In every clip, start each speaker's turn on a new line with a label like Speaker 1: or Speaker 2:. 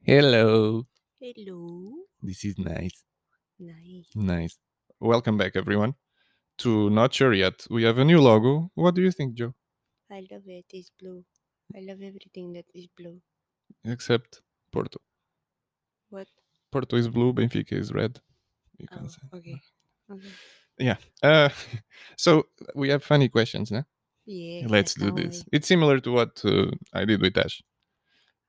Speaker 1: Hello.
Speaker 2: Hello.
Speaker 1: This is nice.
Speaker 2: Nice.
Speaker 1: Nice. Welcome back, everyone, to Not Sure Yet. We have a new logo. What do you think, Joe?
Speaker 2: I love it. It's blue. I love everything that is blue.
Speaker 1: Except Porto.
Speaker 2: What?
Speaker 1: Porto is blue, Benfica is red. You can
Speaker 2: Oh,
Speaker 1: say.
Speaker 2: okay. Okay.
Speaker 1: Uh, so we have funny questions now.
Speaker 2: Yeah.
Speaker 1: Let's do this. It's similar to what uh, I did with Ash.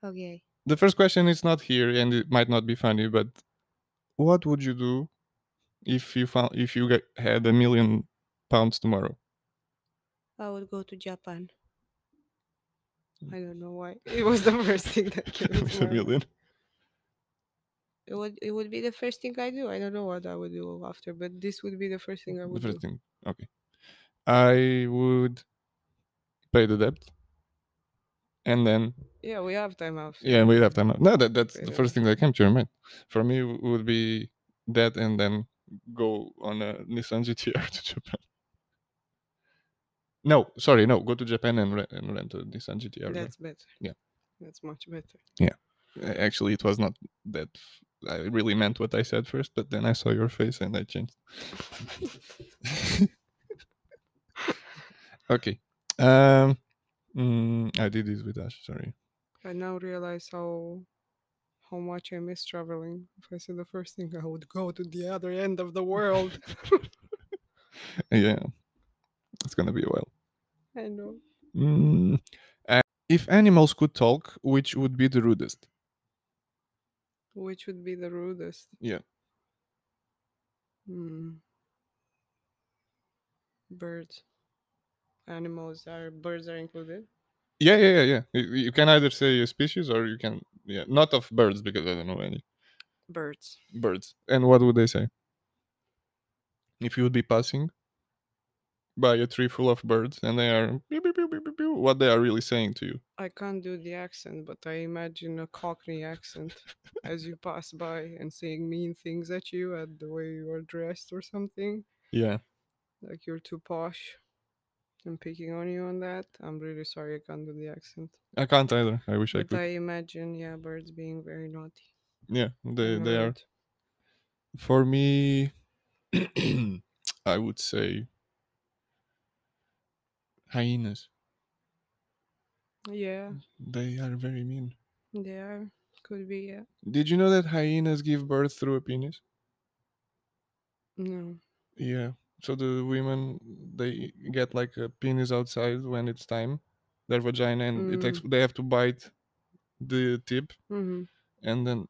Speaker 2: Okay.
Speaker 1: The first question is not here, and it might not be funny, but what would you do if you found if you got, had a million pounds tomorrow?
Speaker 2: I would go to Japan. I don't know why. It was the first thing that came
Speaker 1: With a
Speaker 2: into my mind.
Speaker 1: million.
Speaker 2: It would it would be the first thing I do. I don't know what I would do after, but this would be the first thing I
Speaker 1: The
Speaker 2: would
Speaker 1: first
Speaker 2: do.
Speaker 1: thing. Okay. I would pay the debt. And then
Speaker 2: Yeah, we have time after.
Speaker 1: yeah, we have time. No, that, that's
Speaker 2: Pay
Speaker 1: the
Speaker 2: the
Speaker 1: first thing that came to your mind. For me w- would be that and then go on a Nissan GTR to Japan. No, sorry, no, go to Japan and, re- and rent a Nissan GTR. there.
Speaker 2: That's better.
Speaker 1: Yeah.
Speaker 2: That's much better.
Speaker 1: A- Actually, it was not that f- I really meant what I said first, but then I saw your face and I changed. okay. Um mm, I did this with Ash, sorry.
Speaker 2: I now realize how how much I miss traveling. If I said the first thing, I would go to the other end of the world.
Speaker 1: Yeah, it's gonna be a while.
Speaker 2: I know.
Speaker 1: Mm. Uh, if animals could talk, which would be the rudest?
Speaker 2: Which would be the rudest?
Speaker 1: Yeah.
Speaker 2: Mm. Birds. Animals are birds are included.
Speaker 1: Yeah, yeah, yeah, yeah. You, you can either say a species or you can, yeah, not of birds because I don't know any
Speaker 2: Birds.
Speaker 1: birds. And what would they say? If you would be passing by a tree full of birds and they are pew, pew, pew, pew, pew, pew, what they are really saying to you.
Speaker 2: I can't do the accent, but I imagine a Cockney accent as you pass by and saying mean things at you at the way you are dressed or something.
Speaker 1: Yeah.
Speaker 2: Like you're too posh. I'm picking on you on that. I'm really sorry I can't do the accent.
Speaker 1: I can't either. I wish I
Speaker 2: But
Speaker 1: could.
Speaker 2: I imagine, yeah, birds being very naughty.
Speaker 1: yeah, they,
Speaker 2: and
Speaker 1: they are.
Speaker 2: rude.
Speaker 1: For me, I would say hyenas.
Speaker 2: Yeah,
Speaker 1: They are very mean.
Speaker 2: they are. Could be, yeah.
Speaker 1: Did you know that hyenas give birth through a penis?
Speaker 2: No.
Speaker 1: Yeah. So the women they get like a penis outside when it's time, their vagina, and it ex- they have to bite the tip,
Speaker 2: Mm-hmm.
Speaker 1: and then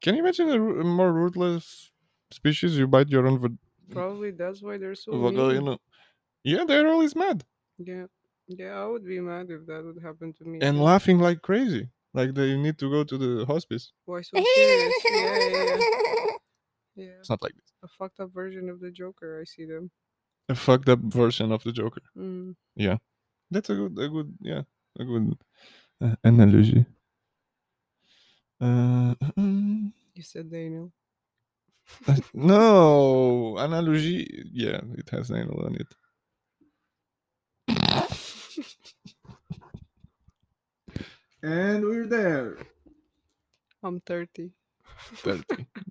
Speaker 1: can you imagine a, ru- a more ruthless species? You bite your own va-
Speaker 2: Probably that's why they're so mean.
Speaker 1: vagina. Yeah, they're always mad
Speaker 2: Yeah. Yeah, I would be mad if that would happen to me.
Speaker 1: and
Speaker 2: but
Speaker 1: laughing like crazy, like they need to go to the hospice.
Speaker 2: Why so serious? Yeah, yeah, yeah. yeah.
Speaker 1: It's not like this.
Speaker 2: A fucked up version of the Joker. I see them.
Speaker 1: A fucked up version of the Joker.
Speaker 2: Mm.
Speaker 1: That's a good, a good, yeah, a good uh, analogy. Uh, mm,
Speaker 2: You said Daniel.
Speaker 1: uh, no, analogy. Yeah, it has anal on it. and we're there.
Speaker 2: I'm 30.
Speaker 1: 30.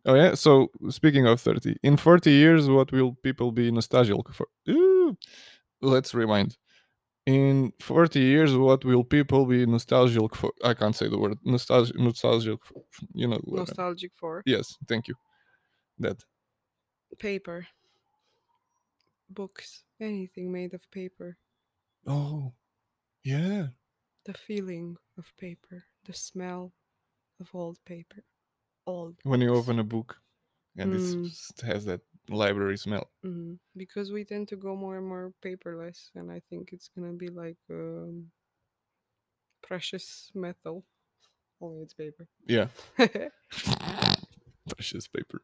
Speaker 1: Oh yeah. So speaking of 30, in 40 years, what will people be nostalgic for? Ooh, let's rewind. In 40 years, what will people be nostalgic for? I can't say the word nostalgic. Nostalgic. for- You know. what I'm-
Speaker 2: Nostalgic for
Speaker 1: Yes. Thank you. That.
Speaker 2: paper, books, anything made of paper.
Speaker 1: Oh. Yeah.
Speaker 2: The feeling of paper, the smell of old paper. Old.
Speaker 1: When you
Speaker 2: books.
Speaker 1: open a book, and
Speaker 2: Mm.
Speaker 1: it's it has that library smell.
Speaker 2: Mm, because we tend to go more and more paperless, and I think it's gonna be like um, precious metal. Only it's paper.
Speaker 1: Yeah.
Speaker 2: In
Speaker 1: Precious paper.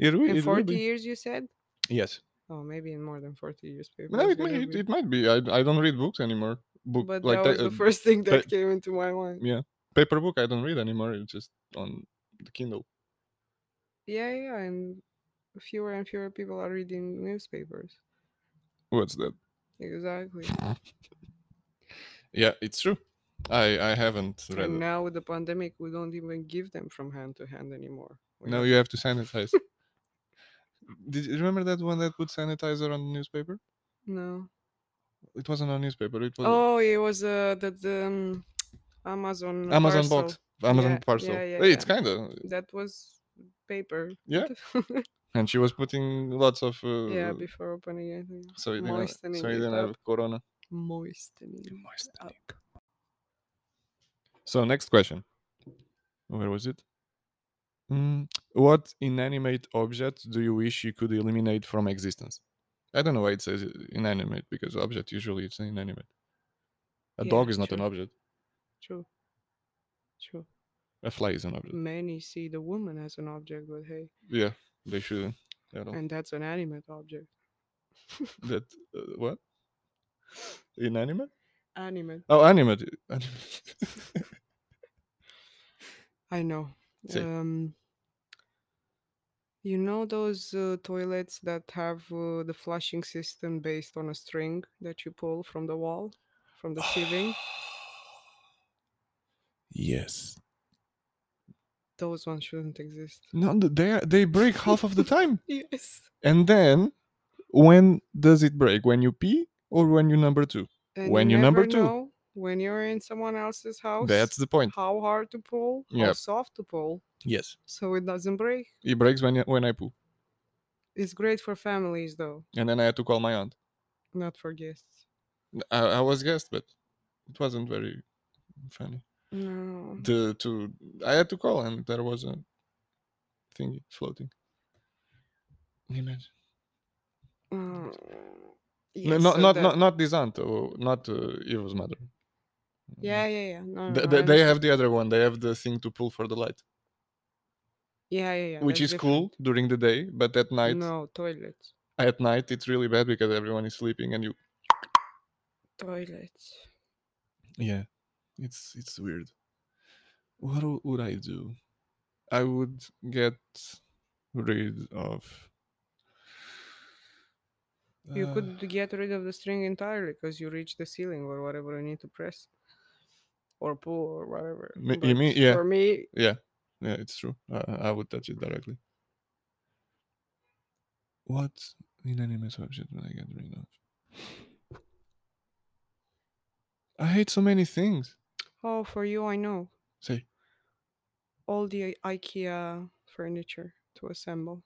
Speaker 1: It, re- it will
Speaker 2: forty
Speaker 1: be.
Speaker 2: years, you said?
Speaker 1: Yes.
Speaker 2: Oh, maybe in more than forty years, paper.
Speaker 1: No, it,
Speaker 2: is
Speaker 1: may,
Speaker 2: gonna
Speaker 1: it,
Speaker 2: be-
Speaker 1: it might be. I, I don't read books anymore. Book
Speaker 2: But
Speaker 1: like
Speaker 2: that
Speaker 1: ta-
Speaker 2: was
Speaker 1: uh,
Speaker 2: the first thing
Speaker 1: pa-
Speaker 2: that came into my mind.
Speaker 1: yeah, paper book. I don't read anymore. It's just on the Kindle.
Speaker 2: Yeah, yeah, and fewer and fewer people are reading newspapers.
Speaker 1: What's that?
Speaker 2: Exactly.
Speaker 1: Yeah, it's true. I I haven't read
Speaker 2: and
Speaker 1: it.
Speaker 2: now with the pandemic, we don't even give them from hand to hand anymore. We
Speaker 1: No,
Speaker 2: have-
Speaker 1: you have to sanitize. Did you remember that one that put sanitizer on the newspaper?
Speaker 2: no.
Speaker 1: It wasn't on newspaper. It was
Speaker 2: Oh, it was uh, that um, Amazon.
Speaker 1: Amazon
Speaker 2: parcel.
Speaker 1: box, Amazon
Speaker 2: Yeah,
Speaker 1: parcel.
Speaker 2: yeah, yeah,
Speaker 1: Hey, It's kind of
Speaker 2: That was paper.
Speaker 1: Yeah. and she was putting lots of uh,
Speaker 2: yeah, before opening it. yeah.
Speaker 1: so you didn't have, so
Speaker 2: moistening
Speaker 1: you
Speaker 2: it
Speaker 1: didn't have corona.
Speaker 2: Moistening.
Speaker 1: Moistening.
Speaker 2: up.
Speaker 1: So next question, where was it? Mm, what inanimate object do you wish you could eliminate from existence? I don't know why it says inanimate because object usually it's inanimate. A
Speaker 2: Yeah,
Speaker 1: dog is not an
Speaker 2: true.
Speaker 1: object.
Speaker 2: True. True.
Speaker 1: A fly is an object.
Speaker 2: Many see the woman as an object, but hey,
Speaker 1: Yeah, they shouldn't. I don't.
Speaker 2: and that's an animate object.
Speaker 1: That uh, what? Inanimate?
Speaker 2: Animate.
Speaker 1: Oh, animate. animate.
Speaker 2: I know.
Speaker 1: Say.
Speaker 2: Um, you know those uh, toilets that have uh, the flushing system based on a string that you pull from the wall, from the ceiling?
Speaker 1: yes.
Speaker 2: Those ones shouldn't exist.
Speaker 1: No, th- they are- they break half of the time.
Speaker 2: Yes.
Speaker 1: And then, when does it break? When you pee or when you number two?
Speaker 2: And
Speaker 1: When you number
Speaker 2: never
Speaker 1: two.
Speaker 2: know when you're in someone else's house,
Speaker 1: That's the point.
Speaker 2: how hard to pull, how
Speaker 1: Yep.
Speaker 2: soft to pull,
Speaker 1: Yes.
Speaker 2: so it doesn't break.
Speaker 1: It breaks when y- when I poo,
Speaker 2: It's great for families, though,
Speaker 1: and then I had to call my aunt.
Speaker 2: not for guests.
Speaker 1: N- I, I was guest, but it wasn't very funny.
Speaker 2: No.
Speaker 1: The to I had to call, and there was a thingy floating. Imagine.
Speaker 2: Uh,
Speaker 1: No,
Speaker 2: yes,
Speaker 1: not,
Speaker 2: so
Speaker 1: not,
Speaker 2: that-
Speaker 1: not, not this aunt, or not uh, Eva's mother.
Speaker 2: Yeah, yeah, yeah. No,
Speaker 1: Th-
Speaker 2: no, I
Speaker 1: th- they
Speaker 2: understand.
Speaker 1: have the other one. They have the thing to pull for the light,
Speaker 2: Yeah, yeah, yeah.
Speaker 1: which
Speaker 2: that's
Speaker 1: is cool during the day, but at night,
Speaker 2: different. No, toilets.
Speaker 1: at night it's really bad because everyone is sleeping and you.
Speaker 2: Toilets.
Speaker 1: Yeah, it's it's weird. What w- would I do? I would get rid of.
Speaker 2: You
Speaker 1: Uh,
Speaker 2: could get rid of the string entirely because you reach the ceiling or whatever you need to press or pull or whatever.
Speaker 1: Me- you
Speaker 2: but
Speaker 1: mean- yeah.
Speaker 2: For me,
Speaker 1: Yeah, yeah, it's true. I, I would touch it directly. What inanimate object would I get rid of? I hate so many things.
Speaker 2: oh, for you, I know.
Speaker 1: Say,
Speaker 2: All the I- IKEA furniture to assemble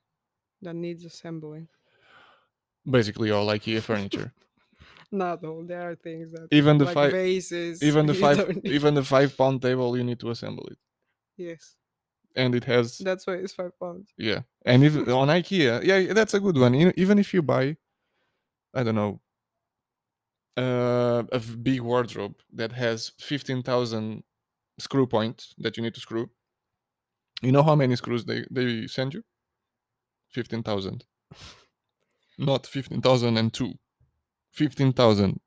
Speaker 2: that needs assembling.
Speaker 1: basically all IKEA furniture.
Speaker 2: Not all. There are things that.
Speaker 1: Even the
Speaker 2: like
Speaker 1: five,
Speaker 2: vases.
Speaker 1: even the
Speaker 2: you
Speaker 1: five,
Speaker 2: don't need-
Speaker 1: even the five pound table. You need to assemble it,
Speaker 2: Yes.
Speaker 1: and it has
Speaker 2: That's why it's five pounds.
Speaker 1: Yeah, and if on IKEA, yeah, that's a good one. You know, Even if you buy, I don't know, uh, a v- big wardrobe that has fifteen thousand screw points that you need to screw. You know how many screws they they send you? Fifteen thousand, not fifteen thousand and two, fifteen thousand.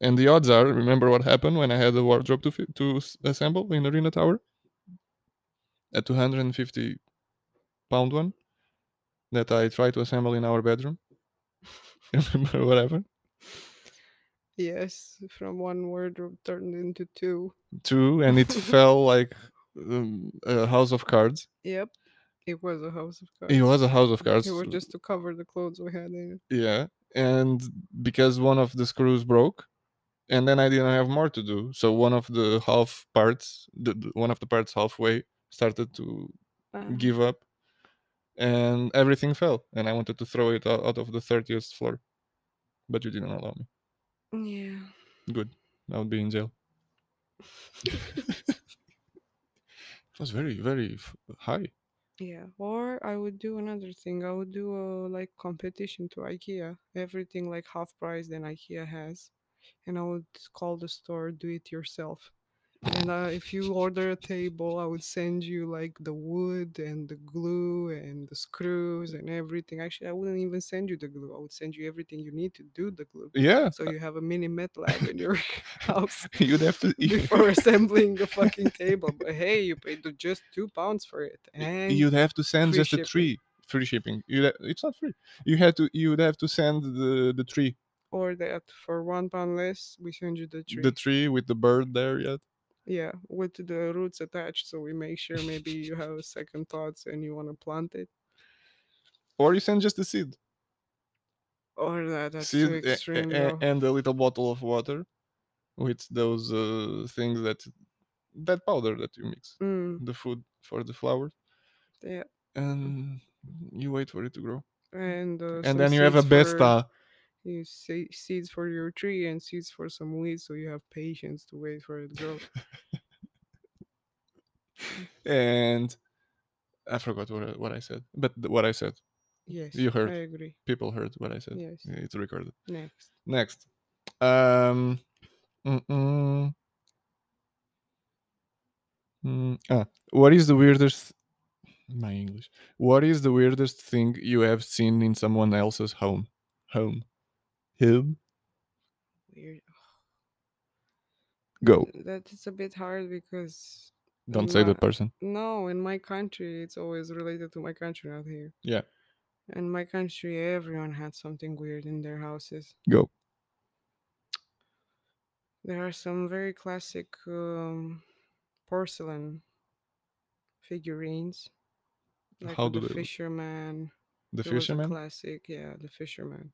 Speaker 1: And the odds are, remember what happened when I had the wardrobe to fi- to s- assemble in Arena Tower? A two hundred and fifty pound one that I tried to assemble in our bedroom. Remember what happened?
Speaker 2: Yes. From one wardrobe turned into two.
Speaker 1: Two, and it fell like um, a house of cards.
Speaker 2: Yep. It was a house of cards.
Speaker 1: It was a house of cards.
Speaker 2: It was just to cover the clothes we had in it.
Speaker 1: yeah, and because one of the screws broke, and then I didn't have more to do, so one of the half parts, the, the- one of the parts halfway started to
Speaker 2: Ah,
Speaker 1: give up, and everything fell, and I wanted to throw it out, out of the thirtieth floor, but you didn't allow me.
Speaker 2: yeah.
Speaker 1: Good. I would be in jail. it was very, very f- high.
Speaker 2: Yeah. Or I would do another thing. I would do a like competition to IKEA. Everything like half price than IKEA has. And I would call the store do it yourself. And uh, if you order a table, I would send you like the wood and the glue and the screws and everything. Actually, I wouldn't even send you the glue. I would send you everything you need to do the glue.
Speaker 1: Yeah.
Speaker 2: So you have a mini met lab in your house.
Speaker 1: You'd have to.
Speaker 2: before assembling a fucking table. But hey, you paid the- just two pounds for it. And
Speaker 1: You'd have to send
Speaker 2: free
Speaker 1: just a
Speaker 2: shipping.
Speaker 1: tree. Free shipping. You'd ha- it's not free. You had to. You'd have to send the the tree.
Speaker 2: or that for one pound less, we send you the tree.
Speaker 1: The tree with the bird there yet.
Speaker 2: yeah with the roots attached so we make sure maybe you have second thoughts and you want to plant it
Speaker 1: Or you send just a seed,
Speaker 2: or Oh, that that's
Speaker 1: seed
Speaker 2: too
Speaker 1: a- a-
Speaker 2: extreme
Speaker 1: a-
Speaker 2: though.
Speaker 1: and a little bottle of water with those uh, things that that powder that you mix
Speaker 2: Mm,
Speaker 1: the food for the flowers,
Speaker 2: yeah
Speaker 1: and you wait for it to grow,
Speaker 2: and uh, some
Speaker 1: and then you have a uh,
Speaker 2: seeds for-
Speaker 1: besta.
Speaker 2: you see seeds for your tree and seeds for some weeds so you have patience to wait for it to grow
Speaker 1: and I forgot what I, what I said, but th- what I said,
Speaker 2: yes
Speaker 1: heard.
Speaker 2: i agree
Speaker 1: people heard what I said.
Speaker 2: yes
Speaker 1: It's recorded.
Speaker 2: next
Speaker 1: Next, um, mm-mm. Mm, ah, what is the weirdest? My English. What is the weirdest thing you have seen in someone else's home? Home, home.
Speaker 2: weird
Speaker 1: Go.
Speaker 2: that is a bit hard because
Speaker 1: Don't say
Speaker 2: No.
Speaker 1: the person.
Speaker 2: no in my country it's always related to my country not here
Speaker 1: Yeah.
Speaker 2: in my country everyone had something weird in their houses
Speaker 1: Go.
Speaker 2: there are some very classic um, porcelain figurines like
Speaker 1: How
Speaker 2: with
Speaker 1: do
Speaker 2: the
Speaker 1: they look?
Speaker 2: fisherman
Speaker 1: The
Speaker 2: There was a
Speaker 1: fisherman.
Speaker 2: classic, yeah, the fisherman.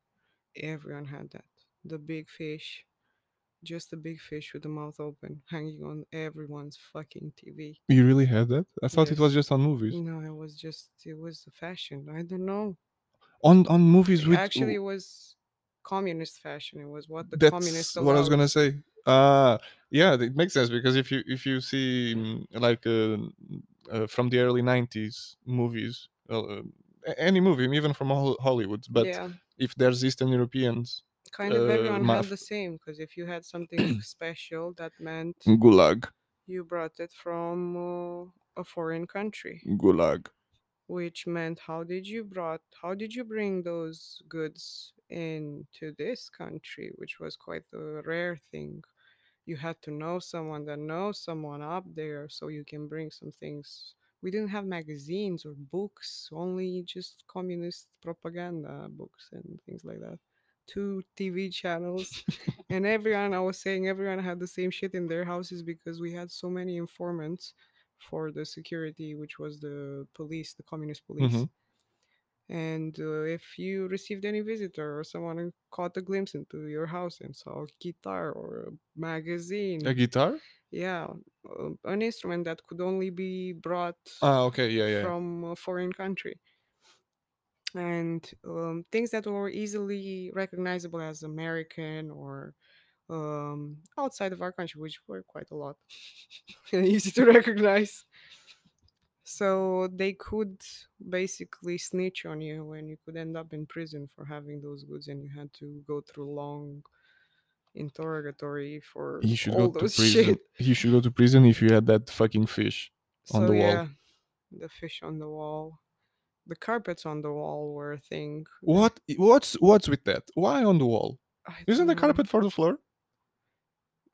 Speaker 2: Everyone had that. The big fish, just the big fish with the mouth open, hanging on everyone's fucking TV.
Speaker 1: You really had that? I thought it was
Speaker 2: Yes. Mm.
Speaker 1: just on movies.
Speaker 2: No, it was just it was the fashion. I don't know.
Speaker 1: On on movies with
Speaker 2: Actually, it was communist fashion. It was what the
Speaker 1: that's
Speaker 2: communists
Speaker 1: what I was
Speaker 2: allowed.
Speaker 1: gonna say. Uh yeah, it makes sense because if you if you see mm, like uh, uh, from the early '90s movies, uh, uh, a- any movie, even from Hol- Hollywood, but
Speaker 2: yeah,
Speaker 1: if there's Eastern Europeans,
Speaker 2: kind of
Speaker 1: uh,
Speaker 2: everyone
Speaker 1: math-
Speaker 2: had the same because if you had something special, that meant
Speaker 1: Mm. Gulag,
Speaker 2: you brought it from uh, a foreign country.
Speaker 1: Gulag.
Speaker 2: which meant how did you brought how did you bring those goods into this country which was quite a rare thing you had to know someone that knows someone up there so you can bring some things we didn't have magazines or books only just communist propaganda books and things like that two tv channels and everyone i was saying everyone had the same shit in their houses because we had so many informants for the security which was the police the communist police
Speaker 1: Mhm.
Speaker 2: and uh, if you received any visitor or someone who caught a glimpse into your house and saw a guitar or a magazine
Speaker 1: A guitar?
Speaker 2: yeah uh, an instrument that could only be brought
Speaker 1: Ah, okay, yeah, yeah.
Speaker 2: from a foreign country and um, things that were easily recognizable as American or um, outside of our country, which were quite a lot, and easy to recognize. So they could basically snitch on you, and you could end up in prison for having those goods, and you had to go through long interrogatory for
Speaker 1: You should
Speaker 2: all
Speaker 1: go to
Speaker 2: those
Speaker 1: prison.
Speaker 2: shit.
Speaker 1: You should go to prison if you had that fucking fish. on
Speaker 2: so
Speaker 1: the wall.
Speaker 2: yeah, the fish on the wall, the carpets on the wall were a thing.
Speaker 1: What? What's what's with that? Why on the wall?
Speaker 2: I
Speaker 1: Isn't the
Speaker 2: don't know.
Speaker 1: carpet for the floor?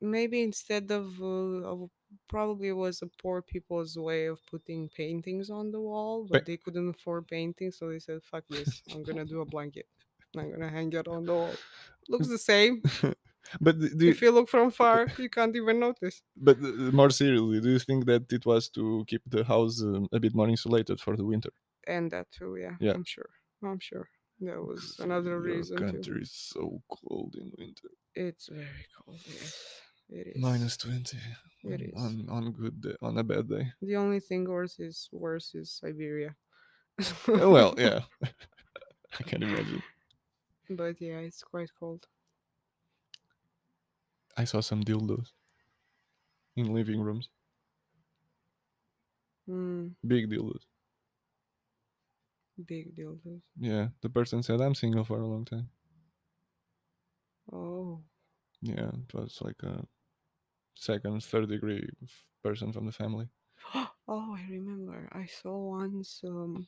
Speaker 2: maybe instead of, uh, of probably it was a poor people's way of putting paintings on the wall, but they couldn't afford paintings, so they said, "Fuck this! I'm gonna do a blanket. I'm gonna hang it on the wall. Looks the same.
Speaker 1: But d- do you,
Speaker 2: if you look from far, you can't even notice."
Speaker 1: But uh, more seriously, do you think that it was to keep the house um, a bit more insulated for the winter?
Speaker 2: And that too, yeah,
Speaker 1: Yeah.
Speaker 2: I'm sure. I'm sure that was
Speaker 1: 'Cause
Speaker 2: another
Speaker 1: your
Speaker 2: reason too.
Speaker 1: country is so cold in winter.
Speaker 2: It's very cold. Yes, it is.
Speaker 1: Minus twenty.
Speaker 2: It
Speaker 1: on-
Speaker 2: is.
Speaker 1: Mm, on on good day, on a bad day.
Speaker 2: The only thing worse is worse is Siberia.
Speaker 1: Uh, well, yeah, I can imagine.
Speaker 2: But yeah, it's quite cold.
Speaker 1: I saw some dildos in living rooms,
Speaker 2: Mm.
Speaker 1: big dildos.
Speaker 2: Big dildos.
Speaker 1: Yeah, the person said, "I'm single for a long time."
Speaker 2: Oh,
Speaker 1: Yeah, it was like a second, third degree f- person from the family.
Speaker 2: oh, I remember. I saw once. Um,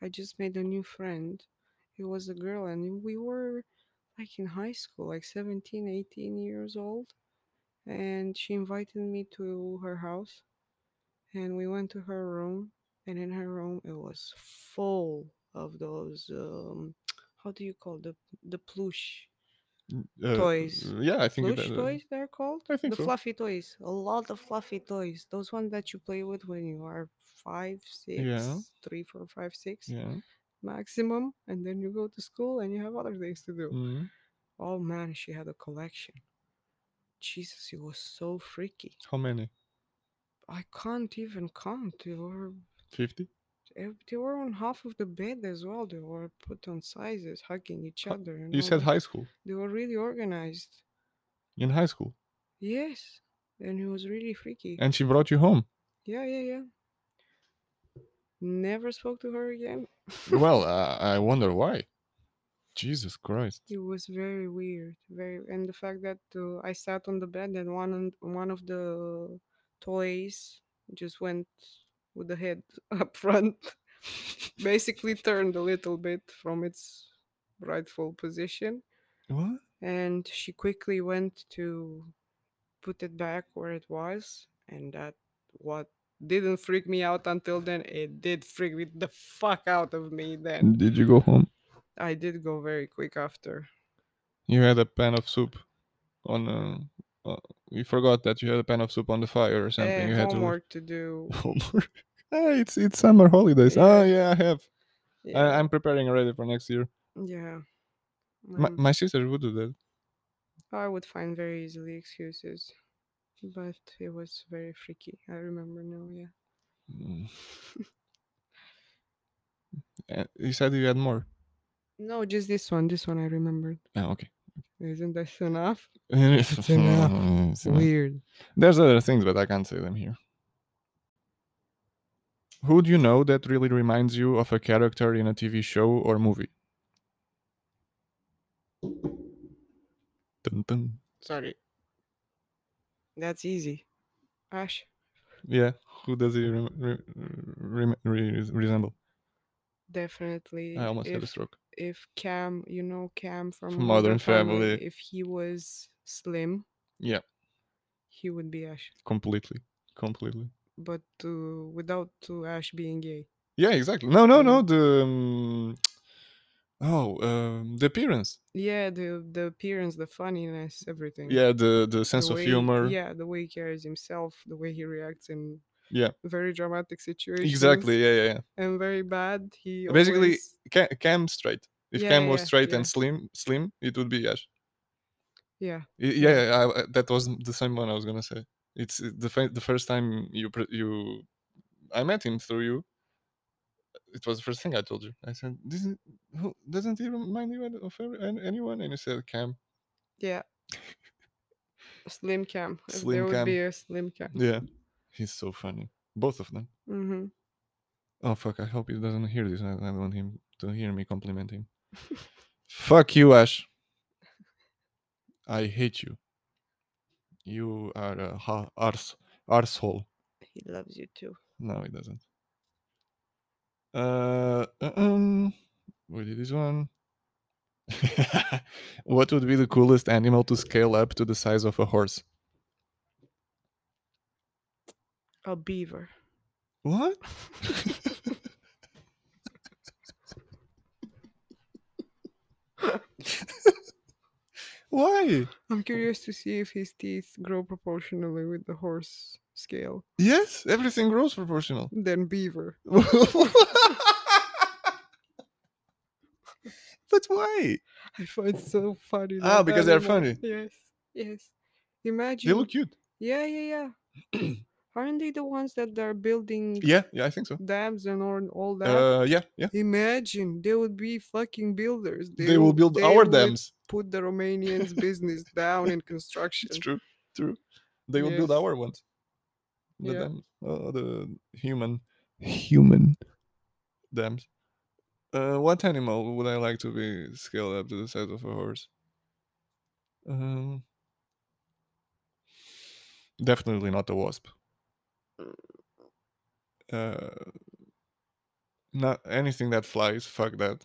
Speaker 2: I just made a new friend. It was a girl, and we were like in high school, like 17, 18 years old. And she invited me to her house, and we went to her room. And in her room, it was full of those. Um, how do you call the the plush
Speaker 1: Uh,
Speaker 2: Toys.
Speaker 1: Yeah, I think uh,
Speaker 2: Plush toys, they're called.
Speaker 1: I think
Speaker 2: the
Speaker 1: so.
Speaker 2: fluffy toys. A lot of fluffy toys. Those ones that you play with when you are five, six, three, four, five,
Speaker 1: Yeah.
Speaker 2: six
Speaker 1: Yeah.
Speaker 2: maximum, and then you go to school and you have other things to do.
Speaker 1: Mhm.
Speaker 2: Oh man, she had a collection. Jesus, it was so freaky.
Speaker 1: How many?
Speaker 2: I can't even count. They were
Speaker 1: Fifty.
Speaker 2: eh, they were on half of the bed as well. They were put on sizes, hugging each
Speaker 1: Ho-
Speaker 2: other. and
Speaker 1: You
Speaker 2: all
Speaker 1: said
Speaker 2: that.
Speaker 1: high school.
Speaker 2: They were really organized.
Speaker 1: In high school,
Speaker 2: Yes, and it was really freaky.
Speaker 1: and she brought you home.
Speaker 2: Yeah, yeah, yeah. Never spoke to her again.
Speaker 1: well, uh, I wonder why. Jesus Christ.
Speaker 2: It was very weird, very, and the fact that uh, I sat on the bed and one on, one of the toys just went with the head up front, basically turned a little bit from its rightful position,
Speaker 1: What?
Speaker 2: and she quickly went to put it back where it was, and that what didn't freak me out until then, it did freak me the fuck out of me then.
Speaker 1: Did you go home?
Speaker 2: I did go very quick after.
Speaker 1: You had a pan of soup on. Uh, uh, you forgot that you had a pan of soup on the fire or something.
Speaker 2: Eh,
Speaker 1: you had
Speaker 2: homework to, do.
Speaker 1: to. Homework. ah, it's it's summer holidays. Ah, yeah, I have. I,
Speaker 2: Yeah.
Speaker 1: I'm preparing already for next year.
Speaker 2: yeah.
Speaker 1: My,
Speaker 2: Um,
Speaker 1: my sister would do that.
Speaker 2: I would find very easily excuses, but it was very freaky. I remember now, yeah.
Speaker 1: Mm. Uh, you said you had more.
Speaker 2: No, just this one. This one I remembered.
Speaker 1: Ah, okay.
Speaker 2: Isn't this enough?
Speaker 1: It's
Speaker 2: enough.
Speaker 1: enough. It's enough.
Speaker 2: Weird.
Speaker 1: Mm, There's other things, but I can't say them here. Who do you know that really reminds you of a character in a TV show or movie? Dun, dun.
Speaker 2: Sorry. That's easy. Ash.
Speaker 1: Yeah, who does he rem- re- rem- re- resemble?
Speaker 2: Definitely.
Speaker 1: I almost had a
Speaker 2: if
Speaker 1: stroke.
Speaker 2: if Cam, you know Cam from,
Speaker 1: From Modern Family.
Speaker 2: if he was slim,
Speaker 1: Yeah.
Speaker 2: he would be Ash.
Speaker 1: Completely. Completely.
Speaker 2: But uh, without uh, Ash being gay,
Speaker 1: Yeah, exactly. No, no,
Speaker 2: Mm-hmm.
Speaker 1: no. The. Um, oh, um, the appearance.
Speaker 2: yeah, the the appearance, the funniness, everything.
Speaker 1: Yeah, the, the sense
Speaker 2: Mm. the
Speaker 1: of
Speaker 2: way-
Speaker 1: humor.
Speaker 2: Yeah, the way he carries himself, the way he reacts in
Speaker 1: Yeah.
Speaker 2: very dramatic situations.
Speaker 1: Exactly. Yeah, yeah, yeah.
Speaker 2: and very bad. He
Speaker 1: Basically,
Speaker 2: always-
Speaker 1: Cam, Cam straight. If
Speaker 2: Yeah,
Speaker 1: Cam was
Speaker 2: yeah,
Speaker 1: straight
Speaker 2: yeah.
Speaker 1: and slim, slim, it would be Yash.
Speaker 2: yeah,
Speaker 1: Y- Yeah,
Speaker 2: Mm-hmm.
Speaker 1: I, I- that was the same one I was gonna say. It's uh, the fir- the first time you pre- you, I met him through you. It was the first thing I told you. I said, "Doesn't who, doesn't he remind you of every- an- anyone?" And you said, "Cam."
Speaker 2: yeah. Slim Cam. If
Speaker 1: Slim
Speaker 2: there would
Speaker 1: Cam.
Speaker 2: be a Slim Cam.
Speaker 1: Yeah, he's so funny. Both of them.
Speaker 2: Mm-hmm.
Speaker 1: Oh fuck! I hope he doesn't hear this. I, I don't want him to hear me compliment him. fuck you, Ash. I hate you. You are a ha- arse arsehole.
Speaker 2: He loves you too.
Speaker 1: No, it doesn't. Uh, um, we did this one. what would be the coolest animal to scale up to the size of a horse?
Speaker 2: A beaver.
Speaker 1: What? Why?
Speaker 2: I'm curious to see if his teeth grow proportionally with the horse scale.
Speaker 1: Yes, everything grows proportional.
Speaker 2: Then beaver.
Speaker 1: but why?
Speaker 2: I find so funny.
Speaker 1: Ah,
Speaker 2: that
Speaker 1: because they're
Speaker 2: animal.
Speaker 1: funny.
Speaker 2: Yes. Yes.
Speaker 1: They
Speaker 2: Imagine.
Speaker 1: look cute.
Speaker 2: Yeah, yeah, yeah. Aren't they the ones that they're building
Speaker 1: Yeah, yeah, I think so.
Speaker 2: dams and all, all that?
Speaker 1: Uh, yeah, yeah.
Speaker 2: Imagine they would be fucking builders.
Speaker 1: They, will
Speaker 2: would-
Speaker 1: build
Speaker 2: they
Speaker 1: our
Speaker 2: would
Speaker 1: dams.
Speaker 2: Put the Romanians' business down in construction.
Speaker 1: It's true, true. They will build
Speaker 2: Yes.
Speaker 1: our ones. The
Speaker 2: Yeah.
Speaker 1: dam, uh, the human, human dams. Uh, what animal would I like to be scaled up to the size of a horse? Um, definitely not a wasp. Uh, not anything that flies. Fuck that.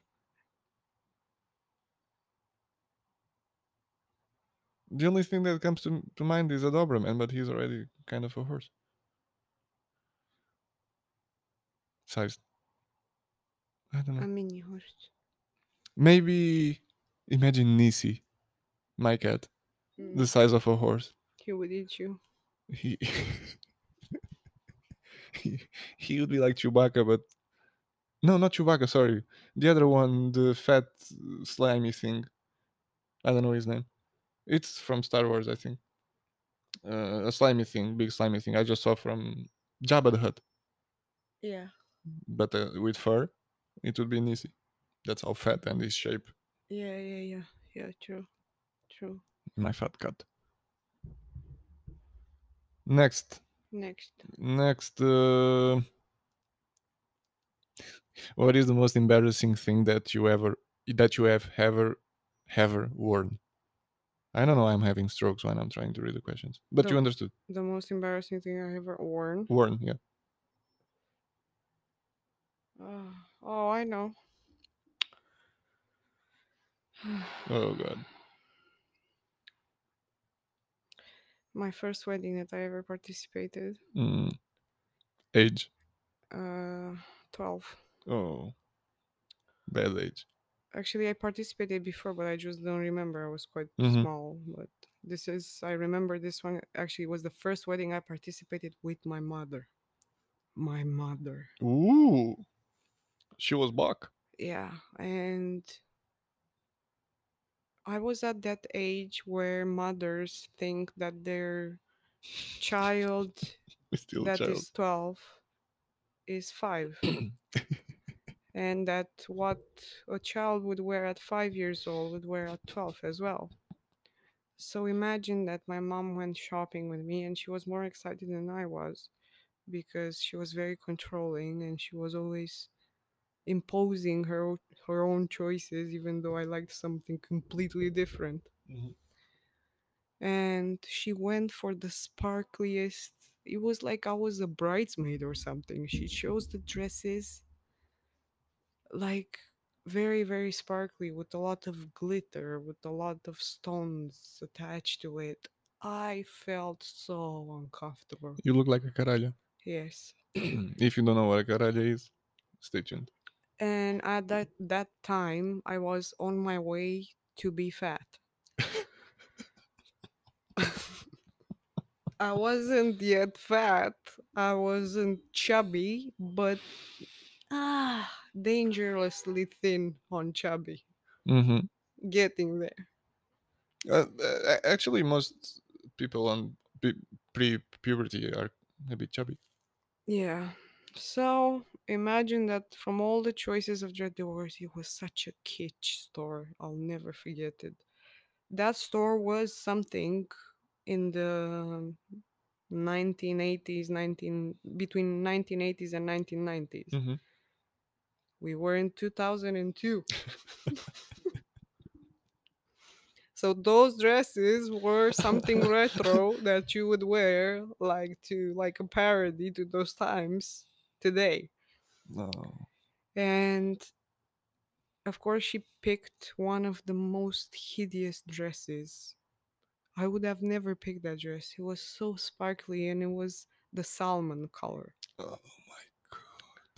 Speaker 1: The only thing that comes to, to mind is a Doberman, but he's already kind of a horse. Size. I don't know.
Speaker 2: A mini horse.
Speaker 1: Maybe imagine Nisi. my cat,
Speaker 2: Mm.
Speaker 1: the size of a horse.
Speaker 2: He would eat you.
Speaker 1: He he, he would be like Chewbacca, but no, not Chewbacca. Sorry, the other one, the fat uh, slimy thing. I don't know his name. It's from Star Wars, I think. Uh, a slimy thing, big slimy thing. I just saw from Jabba the Hutt,
Speaker 2: Yeah.
Speaker 1: but uh, with fur, it would be Nisi. That's how fat and his shape.
Speaker 2: Yeah, yeah, yeah. Yeah, true. True.
Speaker 1: My fat cat. Next.
Speaker 2: Next.
Speaker 1: Next, uh, what is the most embarrassing thing that you ever that you have ever ever worn? I don't know. I'm having strokes when I'm trying to read the questions, but you
Speaker 2: No.
Speaker 1: understood.
Speaker 2: The most embarrassing thing I ever worn.
Speaker 1: Worn, yeah.
Speaker 2: Uh, oh, I know.
Speaker 1: Oh god.
Speaker 2: My first wedding that I ever participated.
Speaker 1: Mm. Age.
Speaker 2: Uh, 12.
Speaker 1: Oh, bad age.
Speaker 2: Actually, I participated before, but I just don't remember. I was quite
Speaker 1: Mhm.
Speaker 2: small. But this is, I remember this one actually was the first wedding I participated with my mother. My mother.
Speaker 1: Ooh, she was black.
Speaker 2: Yeah. And I was at that age where mothers think that their child
Speaker 1: Still a
Speaker 2: that
Speaker 1: child.
Speaker 2: is 12 is 5 and that what a child would wear at 5 years old would wear at 12 as well so imagine that my mom went shopping with me and she was more excited than i was because she was very controlling and she was always imposing her o- her own choices even though i liked something completely different
Speaker 1: Mhm.
Speaker 2: and she went for the sparkliest it was like i was a bridesmaid or something she chose the dresses like very very sparkly with a lot of glitter with a lot of stones attached to it i felt so uncomfortable
Speaker 1: You look like a caralho.
Speaker 2: yes
Speaker 1: if you don't know what a caralho is, stay tuned.
Speaker 2: and at that that time i was on my way to be fat i wasn't yet fat i wasn't chubby but ah dangerously thin on chubby
Speaker 1: Mm-hmm.
Speaker 2: getting there
Speaker 1: Uh, uh, a- actually, most people on pu- pre-puberty are a bit chubby.
Speaker 2: yeah so imagine that from all the choices of dread doors it was such a kitsch store i'll never forget it that store was something in the 1980s 19 between 1980s and 1990s
Speaker 1: Mhm.
Speaker 2: we were in 2002 So those dresses were something retro that you would wear like to like a parody to those times today.
Speaker 1: No.
Speaker 2: And of course she picked one of the most hideous dresses. I would have never picked that dress. It was so sparkly and it was the salmon color.
Speaker 1: Oh my god!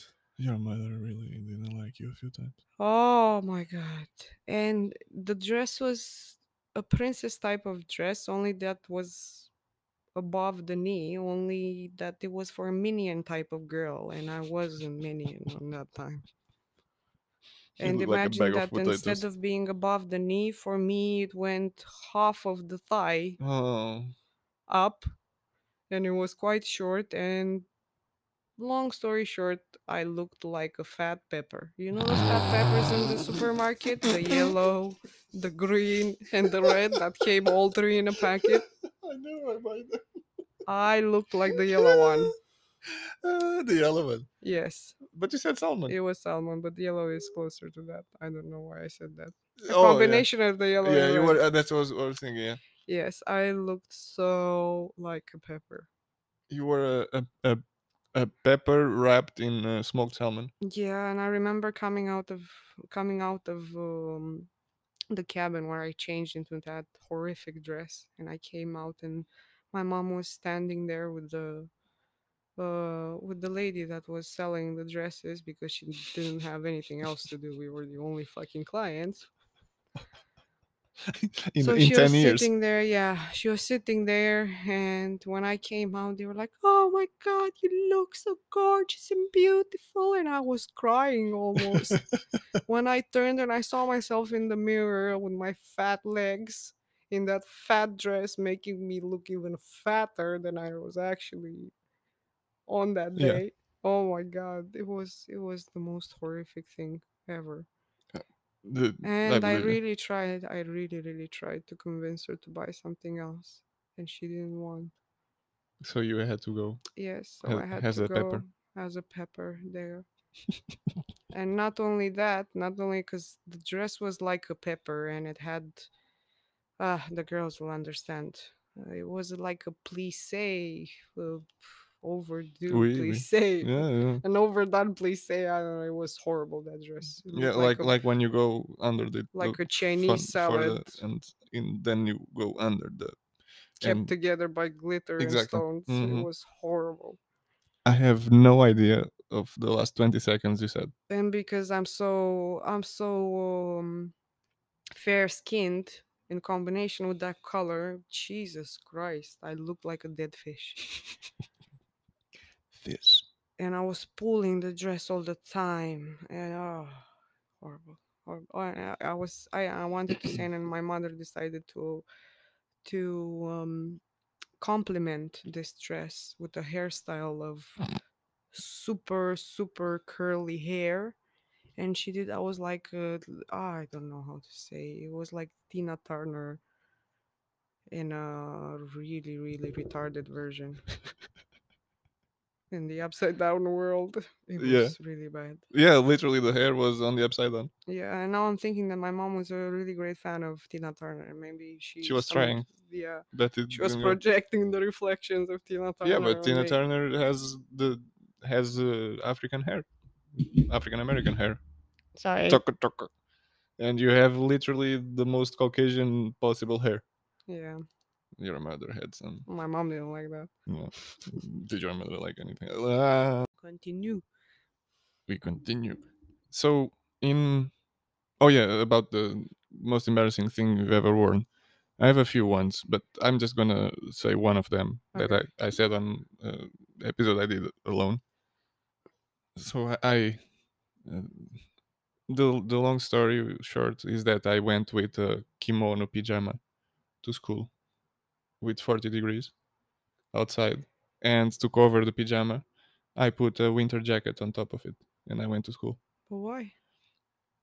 Speaker 1: Your mother really didn't like you a few times.
Speaker 2: Oh my god. And the dress was a princess type of dress, only that was above the knee, only that it was for a minion type of girl, and I was a minion on that time.
Speaker 1: You
Speaker 2: and
Speaker 1: look like a
Speaker 2: imagine
Speaker 1: bag of
Speaker 2: that instead
Speaker 1: potatoes.
Speaker 2: of being above the knee, for me it went half of the thigh
Speaker 1: Oh,
Speaker 2: up, and it was quite short. And long story short, I looked like a fat pepper. You know those fat peppers in the supermarket? The yellow, the green, and the red that came all three in a packet.
Speaker 1: I know I buy that.
Speaker 2: I looked like the yellow one.
Speaker 1: Uh, the yellow one.
Speaker 2: Yes.
Speaker 1: But you said salmon.
Speaker 2: It was salmon, but yellow is closer to that. I don't know why I said that. A
Speaker 1: Oh, yeah.
Speaker 2: combination of the yellow
Speaker 1: Yeah,
Speaker 2: and
Speaker 1: you
Speaker 2: red.
Speaker 1: were. Uh, that's what I was, what I was thinking. Yeah,
Speaker 2: Yes, I looked so like a pepper.
Speaker 1: you were a a, a, a pepper wrapped in uh, smoked salmon.
Speaker 2: Yeah, and I remember coming out of coming out of um, the cabin where I changed into that horrific dress, and I came out, and my mom was standing there with the uh, with the lady that was selling the dresses because she didn't have anything else to do. We were the only fucking clients.
Speaker 1: in,
Speaker 2: so
Speaker 1: in
Speaker 2: she was
Speaker 1: 10 years.
Speaker 2: sitting there, yeah, she was sitting there, and when I came out, they were like, "Oh my god, you look so gorgeous and beautiful," and I was crying almost. when I turned and I saw myself in the mirror with my fat legs in that fat dress, making me look even fatter than I was actually on that
Speaker 1: Yeah.
Speaker 2: day. Oh my god, it was it was the most horrific thing ever.
Speaker 1: The- I
Speaker 2: And I
Speaker 1: believe you.
Speaker 2: really tried, I really, really tried to convince her to buy something else. And she didn't want.
Speaker 1: So you had to go.
Speaker 2: Yes, so
Speaker 1: Ha-
Speaker 2: I had
Speaker 1: has
Speaker 2: to
Speaker 1: a pepper.
Speaker 2: go as a pepper there. And not only that, not only because the dress was like a pepper and it had, ah, the girls will understand. Uh, It was like a plissé, uh, overdue
Speaker 1: Oui, oui.
Speaker 2: plissé,
Speaker 1: Yeah, yeah.
Speaker 2: an overdone plissé. I don't know, it was horrible, that dress. It
Speaker 1: Yeah,
Speaker 2: looked
Speaker 1: like
Speaker 2: like a,
Speaker 1: like when you go under the, the
Speaker 2: like a
Speaker 1: fun
Speaker 2: Chinese
Speaker 1: for
Speaker 2: salad.
Speaker 1: the and in then you go under the
Speaker 2: kept
Speaker 1: and
Speaker 2: together by glitter and
Speaker 1: exactly.
Speaker 2: stones. It
Speaker 1: Mhm.
Speaker 2: was horrible.
Speaker 1: I have no idea of the last twenty seconds you said.
Speaker 2: And because I'm so I'm so um, fair skinned in combination with that color, Jesus Christ, I looked like a dead fish.
Speaker 1: Fish.
Speaker 2: and I was pulling the dress all the time, and oh, horrible. horrible. Oh, and I, I was I, I wanted to say, and my mother decided to to um, complement this dress with a hairstyle of super super curly hair and she did i was like uh, l- i don't know how to say it was like tina turner in a really really retarded version in the upside down world it
Speaker 1: Yeah.
Speaker 2: was really bad
Speaker 1: Yeah, literally the hair was on the upside down.
Speaker 2: yeah and now i'm thinking that my mom was a really great fan of tina turner and maybe she
Speaker 1: She was
Speaker 2: some
Speaker 1: trying,
Speaker 2: yeah
Speaker 1: but it
Speaker 2: she was
Speaker 1: didn't go.
Speaker 2: projecting the reflections of tina
Speaker 1: Yeah,
Speaker 2: turner
Speaker 1: but
Speaker 2: on
Speaker 1: Tina
Speaker 2: me
Speaker 1: Turner has the has uh, African hair, African American hair.
Speaker 2: sorry
Speaker 1: Tucker tucker. And you have literally the most Caucasian possible hair.
Speaker 2: yeah
Speaker 1: Your mother had some.
Speaker 2: my mom didn't like that
Speaker 1: Yeah. Did your mother like anything? Uh,
Speaker 2: continue
Speaker 1: we continue. So in oh yeah, about the most embarrassing thing you've ever worn. I have a few ones, but I'm just gonna say one of them that
Speaker 2: okay
Speaker 1: I, I said on uh, episode I did alone. So I, I uh, the the long story short is that I went with a kimono pajama to school with 40 degrees outside, and to cover the pajama, I put a winter jacket on top of it, and I went to school
Speaker 2: but why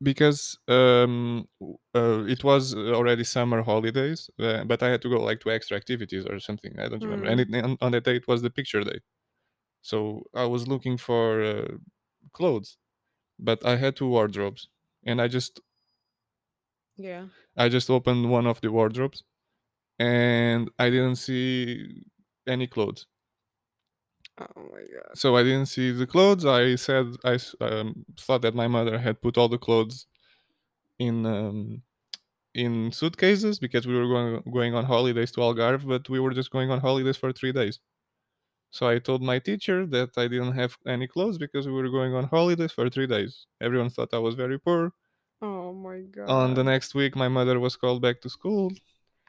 Speaker 1: because um, w- uh, it was uh, already summer holidays, uh, but I had to go like to extra activities or something. I don't remember. And
Speaker 2: Mm.
Speaker 1: it, and on that day, it was the picture day, so I was looking for uh, clothes, but I had two wardrobes, and I just
Speaker 2: Yeah.
Speaker 1: I just opened one of the wardrobes, and I didn't see any clothes.
Speaker 2: Oh my god.
Speaker 1: So I didn't see the clothes. I said I s- um, thought that my mother had put all the clothes in um, in suitcases because we were going going on holidays to Algarve, but we were just going on holidays for three days. So I told my teacher that I didn't have any clothes because we were going on holidays for three days. Everyone thought I was very poor.
Speaker 2: Oh my
Speaker 1: On the
Speaker 2: god.
Speaker 1: next week, my mother was called back to school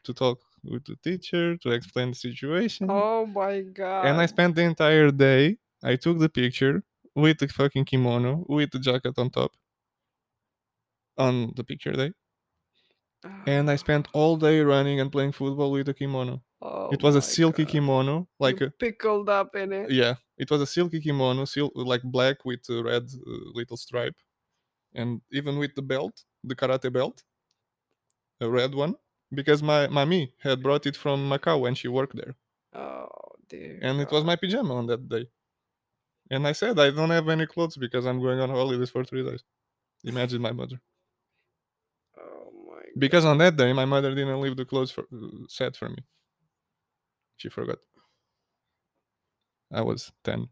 Speaker 1: to talk with the teacher to explain the situation.
Speaker 2: Oh my
Speaker 1: And I
Speaker 2: god.
Speaker 1: spent the entire day. I took the picture with the fucking kimono, with the jacket on top, on the picture day. And I spent all day running and playing football with the kimono.
Speaker 2: oh
Speaker 1: It was a
Speaker 2: my
Speaker 1: silky
Speaker 2: god.
Speaker 1: kimono,
Speaker 2: You
Speaker 1: like a,
Speaker 2: pickled up in it.
Speaker 1: yeah, it was a silky kimono, sil- like black with a red uh, little stripe, and even with the belt, the karate belt, a red one, because my mommy had brought it from Macau when she worked there,
Speaker 2: Oh dear
Speaker 1: and it was
Speaker 2: god.
Speaker 1: my pajama on that day. And I said I don't have any clothes because I'm going on holidays for three days. Imagine my mother.
Speaker 2: Oh my
Speaker 1: Because
Speaker 2: god.
Speaker 1: on that day, my mother didn't leave the clothes for, uh, set for me. She forgot. I was 10,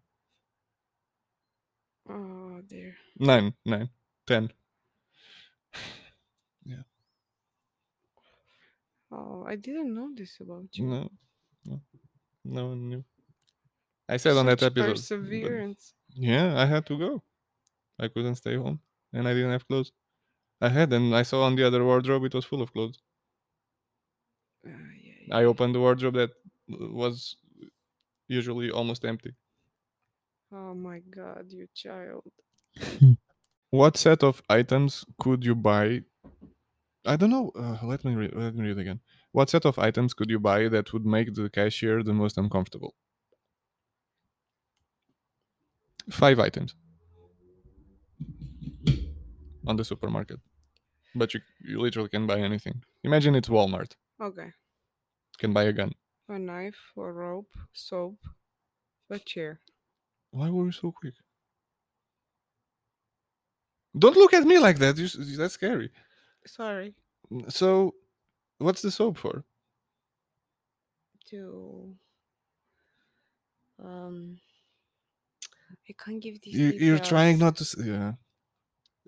Speaker 2: Oh dear.
Speaker 1: 9, 9, 10. Yeah.
Speaker 2: Oh, I didn't know this about you.
Speaker 1: No, no, no one knew. I said on that
Speaker 2: Such
Speaker 1: episode, but
Speaker 2: perseverance.
Speaker 1: yeah, I had to go. I couldn't stay home, and I didn't have clothes. I had, and I saw on the other wardrobe it was full of clothes.
Speaker 2: Uh, yeah, yeah.
Speaker 1: I opened the wardrobe that was usually almost empty.
Speaker 2: Oh my god, you child.
Speaker 1: What set of items could you buy? I don't know. Uh, let me read, let me read again. What set of items could you buy that would make the cashier the most uncomfortable? Five items on the supermarket, but you you literally can buy anything. Imagine it's Walmart.
Speaker 2: Okay.
Speaker 1: Can buy a gun.
Speaker 2: A knife, a rope, soap, a chair.
Speaker 1: Why were you so quick? Don't look at me like that. You, s- that's scary.
Speaker 2: Sorry.
Speaker 1: So, what's the soap for?
Speaker 2: To. Um. I can't give these.
Speaker 1: You, you're trying
Speaker 2: details.
Speaker 1: not to. s yeah.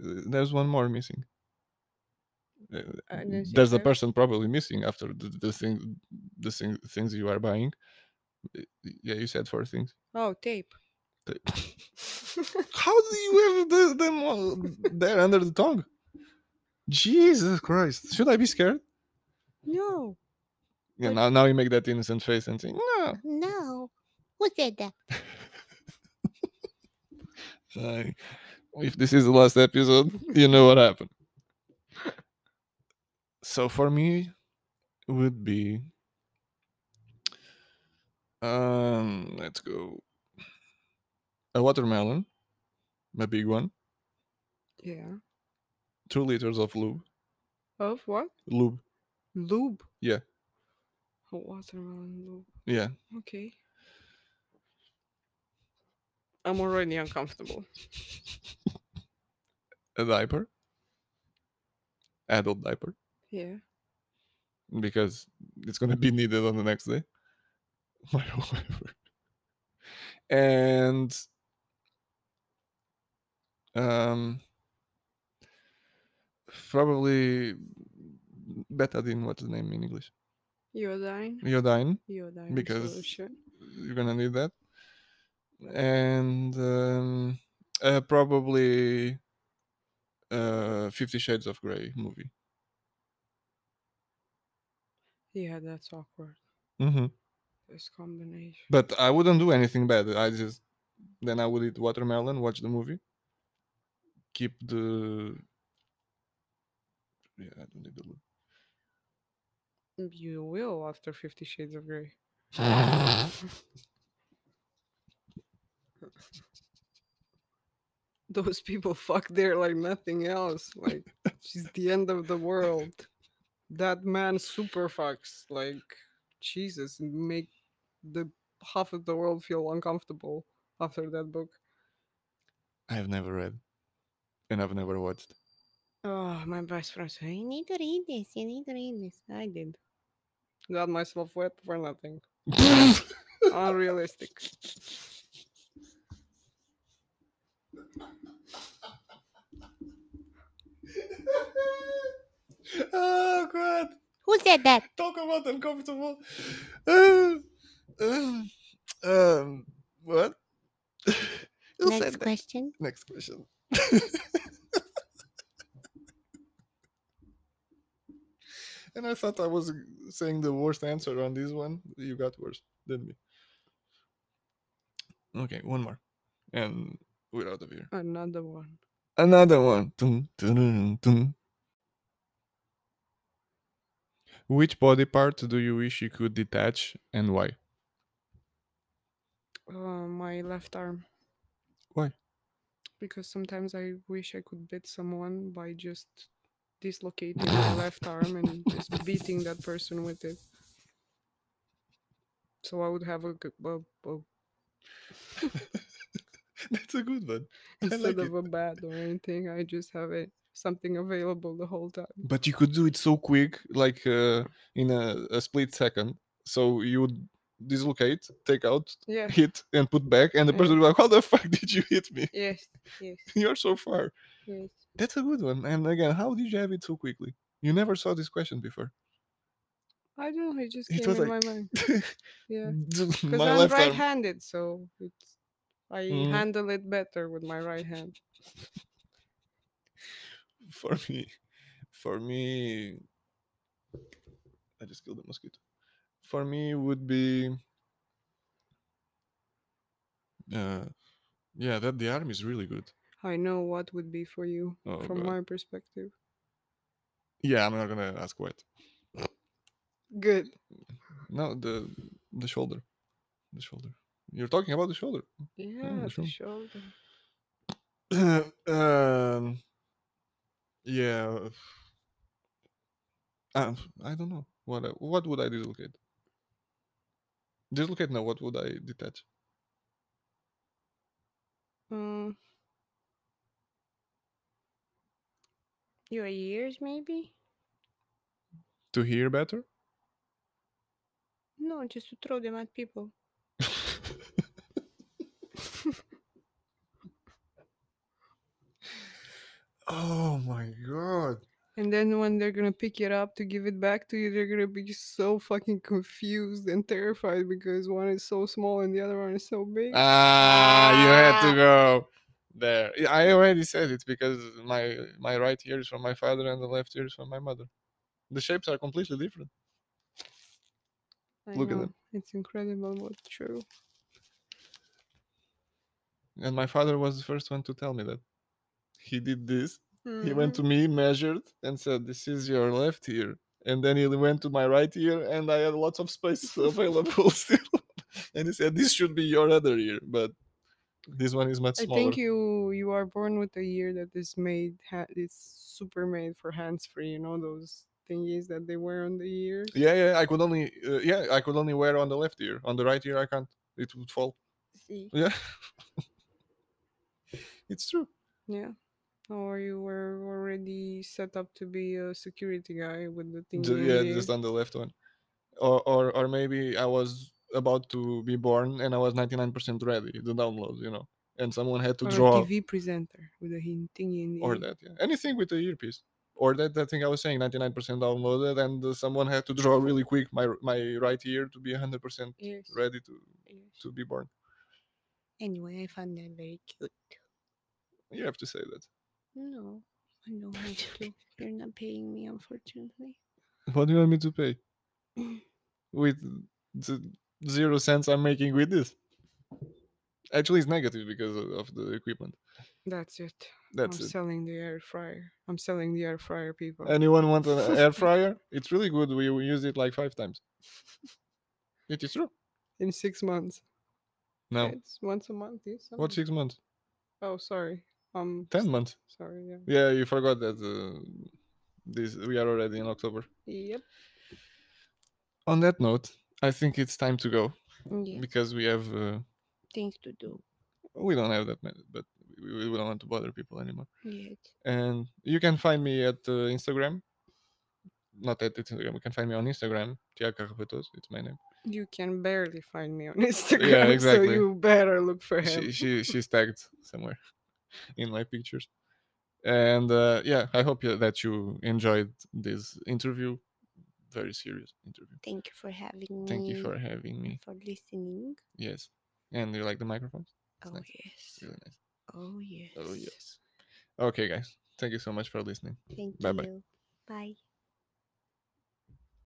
Speaker 1: Uh, There's one more missing. Uh,
Speaker 2: Uh, no, so
Speaker 1: There's a
Speaker 2: I-
Speaker 1: person probably missing after the, the thing, the thing, things you are buying. Uh, Yeah, you said four things.
Speaker 2: Oh, tape.
Speaker 1: Th- How do you have the, them all there under the tongue? Jesus Christ! Should I be scared?
Speaker 2: no.
Speaker 1: Yeah,
Speaker 2: But-
Speaker 1: now, now you make that innocent face and say, no.
Speaker 2: No. Who said that?
Speaker 1: Like, if this is the last episode, you know what happened. So for me, would be. Um, let's go. A watermelon, a big one,
Speaker 2: Yeah.
Speaker 1: two liters of lube,
Speaker 2: Of what?
Speaker 1: lube,
Speaker 2: Lube.
Speaker 1: Yeah.
Speaker 2: A watermelon lube.
Speaker 1: yeah,
Speaker 2: Okay. I'm already uncomfortable.
Speaker 1: a diaper, adult diaper,
Speaker 2: Yeah.
Speaker 1: because it's gonna be needed on the next day. My whole effort. And um probably betadine, what's the name in English?
Speaker 2: Iodine.
Speaker 1: Iodine.
Speaker 2: Iodine
Speaker 1: Because-
Speaker 2: solution.
Speaker 1: You're gonna need that. And um uh, probably uh Fifty Shades of Grey movie.
Speaker 2: Yeah, that's awkward.
Speaker 1: Mm-hmm.
Speaker 2: This combination.
Speaker 1: But I wouldn't do anything bad. I just then I would eat watermelon, watch the movie, keep the. Yeah, I don't need the
Speaker 2: You will after Fifty Shades of Grey.
Speaker 1: look.
Speaker 2: Those people fuck there like nothing else. Like she's the end of the world. That man super fucks. Like Jesus, and make the half of the world feel uncomfortable after that book.
Speaker 1: I have never read, and I've never watched.
Speaker 2: Oh, my best friend said, You need to read this, you need to read this. I did. Got myself wet for nothing. Unrealistic.
Speaker 1: oh God!
Speaker 3: Who said that?
Speaker 1: Talk about uncomfortable. Uh, um, um, what? Who said
Speaker 3: Next
Speaker 1: that?
Speaker 3: question.
Speaker 1: Next question. and I thought I was saying the worst answer on this one. You got worse than me. Okay, one more. And we're out of here.
Speaker 2: Another one.
Speaker 1: Another one. Dun, dun, dun, dun. Which body part do you wish you could detach and why?
Speaker 2: Uh, my left arm.
Speaker 1: Why?
Speaker 2: Because sometimes I wish I could beat someone by just dislocating my left arm and just beating that person with it. So I would have a, g- a- a-
Speaker 1: That's a good one. I
Speaker 2: instead
Speaker 1: like it.
Speaker 2: of a bat or anything, I just have it something available the whole time.
Speaker 1: but you could do it so quick like uh, in a, a split second so you would dislocate take out
Speaker 2: Yeah.
Speaker 1: hit and put back and the
Speaker 2: Yeah.
Speaker 1: person will be like how the fuck did you hit me
Speaker 2: Yes. Yes.
Speaker 1: you're so far
Speaker 2: Yes.
Speaker 1: that's a good one and again how did you have it so quickly you never saw this question before
Speaker 2: I don't know. It just
Speaker 1: It
Speaker 2: came
Speaker 1: was
Speaker 2: in
Speaker 1: like-
Speaker 2: my mind. Yeah. Because
Speaker 1: my
Speaker 2: I'm
Speaker 1: left
Speaker 2: right
Speaker 1: arm
Speaker 2: handed, so it's, I
Speaker 1: Mm.
Speaker 2: handle it better with my right hand.
Speaker 1: for me for me I just killed a mosquito. For me would be uh yeah, that the army is really good.
Speaker 2: I know what would be for you
Speaker 1: Oh,
Speaker 2: from
Speaker 1: God.
Speaker 2: my perspective.
Speaker 1: Yeah, I'm not gonna ask what.
Speaker 2: Good.
Speaker 1: No, the the shoulder. The shoulder. You're talking about the shoulder.
Speaker 2: Yeah,
Speaker 1: Oh, sure.
Speaker 2: the shoulder.
Speaker 1: um Yeah. Uh, I don't know. What I- what would I dislocate? Dislocate no, what would I detach?
Speaker 2: Um, your ears, maybe?
Speaker 1: To hear better?
Speaker 2: No, just to throw them at people.
Speaker 1: oh my god.
Speaker 2: And then when they're gonna pick it up to give it back to you, they're gonna be so fucking confused and terrified because one is so small and the other one is so big.
Speaker 1: Ah, you had to go there. Yeah, I already said it because my my right ear is from my father and the left ear is from my mother. The shapes are completely different.
Speaker 2: I
Speaker 1: look at
Speaker 2: know,
Speaker 1: them.
Speaker 2: It's incredible, but true.
Speaker 1: And my father was the first one to tell me that. He did this.
Speaker 2: Hmm.
Speaker 1: He went
Speaker 2: Mm-hmm.
Speaker 1: to me, measured, and said, "This is your left ear." And then he went to my right ear, and I had lots of space available still. and he said, "This should be your other ear, but this one is much
Speaker 2: I
Speaker 1: smaller."
Speaker 2: think you you are born with a ear that is made ha- it's super made for hands free. You know those thingies that they wear on the ears.
Speaker 1: Yeah, yeah. I could only, uh, yeah, I could only wear on the left ear. On the right ear, I can't. It would fall.
Speaker 2: See.
Speaker 1: Yeah, it's true.
Speaker 2: Yeah. Or you were already set up to be a security guy with the thingy.
Speaker 1: Ju-
Speaker 2: on
Speaker 1: yeah,
Speaker 2: the
Speaker 1: just uh,
Speaker 2: ear.
Speaker 1: on the left one, or or or maybe I was about to be born and I was ninety nine percent ready. The download, you know, and someone had to
Speaker 2: or
Speaker 1: draw
Speaker 2: a TV presenter with a hin- thingy in the
Speaker 1: or
Speaker 2: ear.
Speaker 1: that. Yeah, anything with the earpiece. Or that, that thing I was saying, 99% downloaded, and uh, someone had to draw really quick my r- my right ear to be 100%
Speaker 2: Yes.
Speaker 1: ready to, to be born.
Speaker 2: Anyway, I found that very cute.
Speaker 1: You have to say that.
Speaker 2: No, I don't have to. You're not paying me, unfortunately.
Speaker 1: What do you want me to pay? with the zero cents I'm making with this. Actually, it's negative because of, of the equipment.
Speaker 2: That's it.
Speaker 1: That's
Speaker 2: I'm
Speaker 1: it.
Speaker 2: selling the air fryer. I'm selling the air fryer, people.
Speaker 1: Anyone want an air fryer? It's really good. We we used it like five times. It is true.
Speaker 2: in six months.
Speaker 1: No.
Speaker 2: It's once a month. Yes.
Speaker 1: What six months?
Speaker 2: Oh, sorry. Um.
Speaker 1: Ten months.
Speaker 2: Sorry. Yeah.
Speaker 1: Yeah, you forgot that. Uh, this we are already in October.
Speaker 2: Yep.
Speaker 1: On that note, I think it's time to go
Speaker 2: Yeah.
Speaker 1: because we have uh,
Speaker 2: Things to do.
Speaker 1: we don't have that many, but we, we don't want to bother people anymore.
Speaker 2: Yet.
Speaker 1: and you can find me at uh, Instagram. Not at it's Instagram. You can find me on Instagram. Tiago Rapatos, it's my name.
Speaker 2: You can barely find me on Instagram. So
Speaker 1: exactly.
Speaker 2: you better look for him.
Speaker 1: She, she she's tagged somewhere in my pictures. And uh, yeah, I hope you- that you enjoyed this interview. Very serious interview.
Speaker 3: Thank you for having me.
Speaker 1: Thank you for having me.
Speaker 3: for listening.
Speaker 1: Yes. And you like the microphones?
Speaker 3: Oh
Speaker 1: nice.
Speaker 3: yes.
Speaker 1: Really nice.
Speaker 3: Oh yes.
Speaker 1: Oh yes. Okay, guys. Thank you so much for listening.
Speaker 3: Thank
Speaker 1: Bye-bye.
Speaker 3: you. Bye.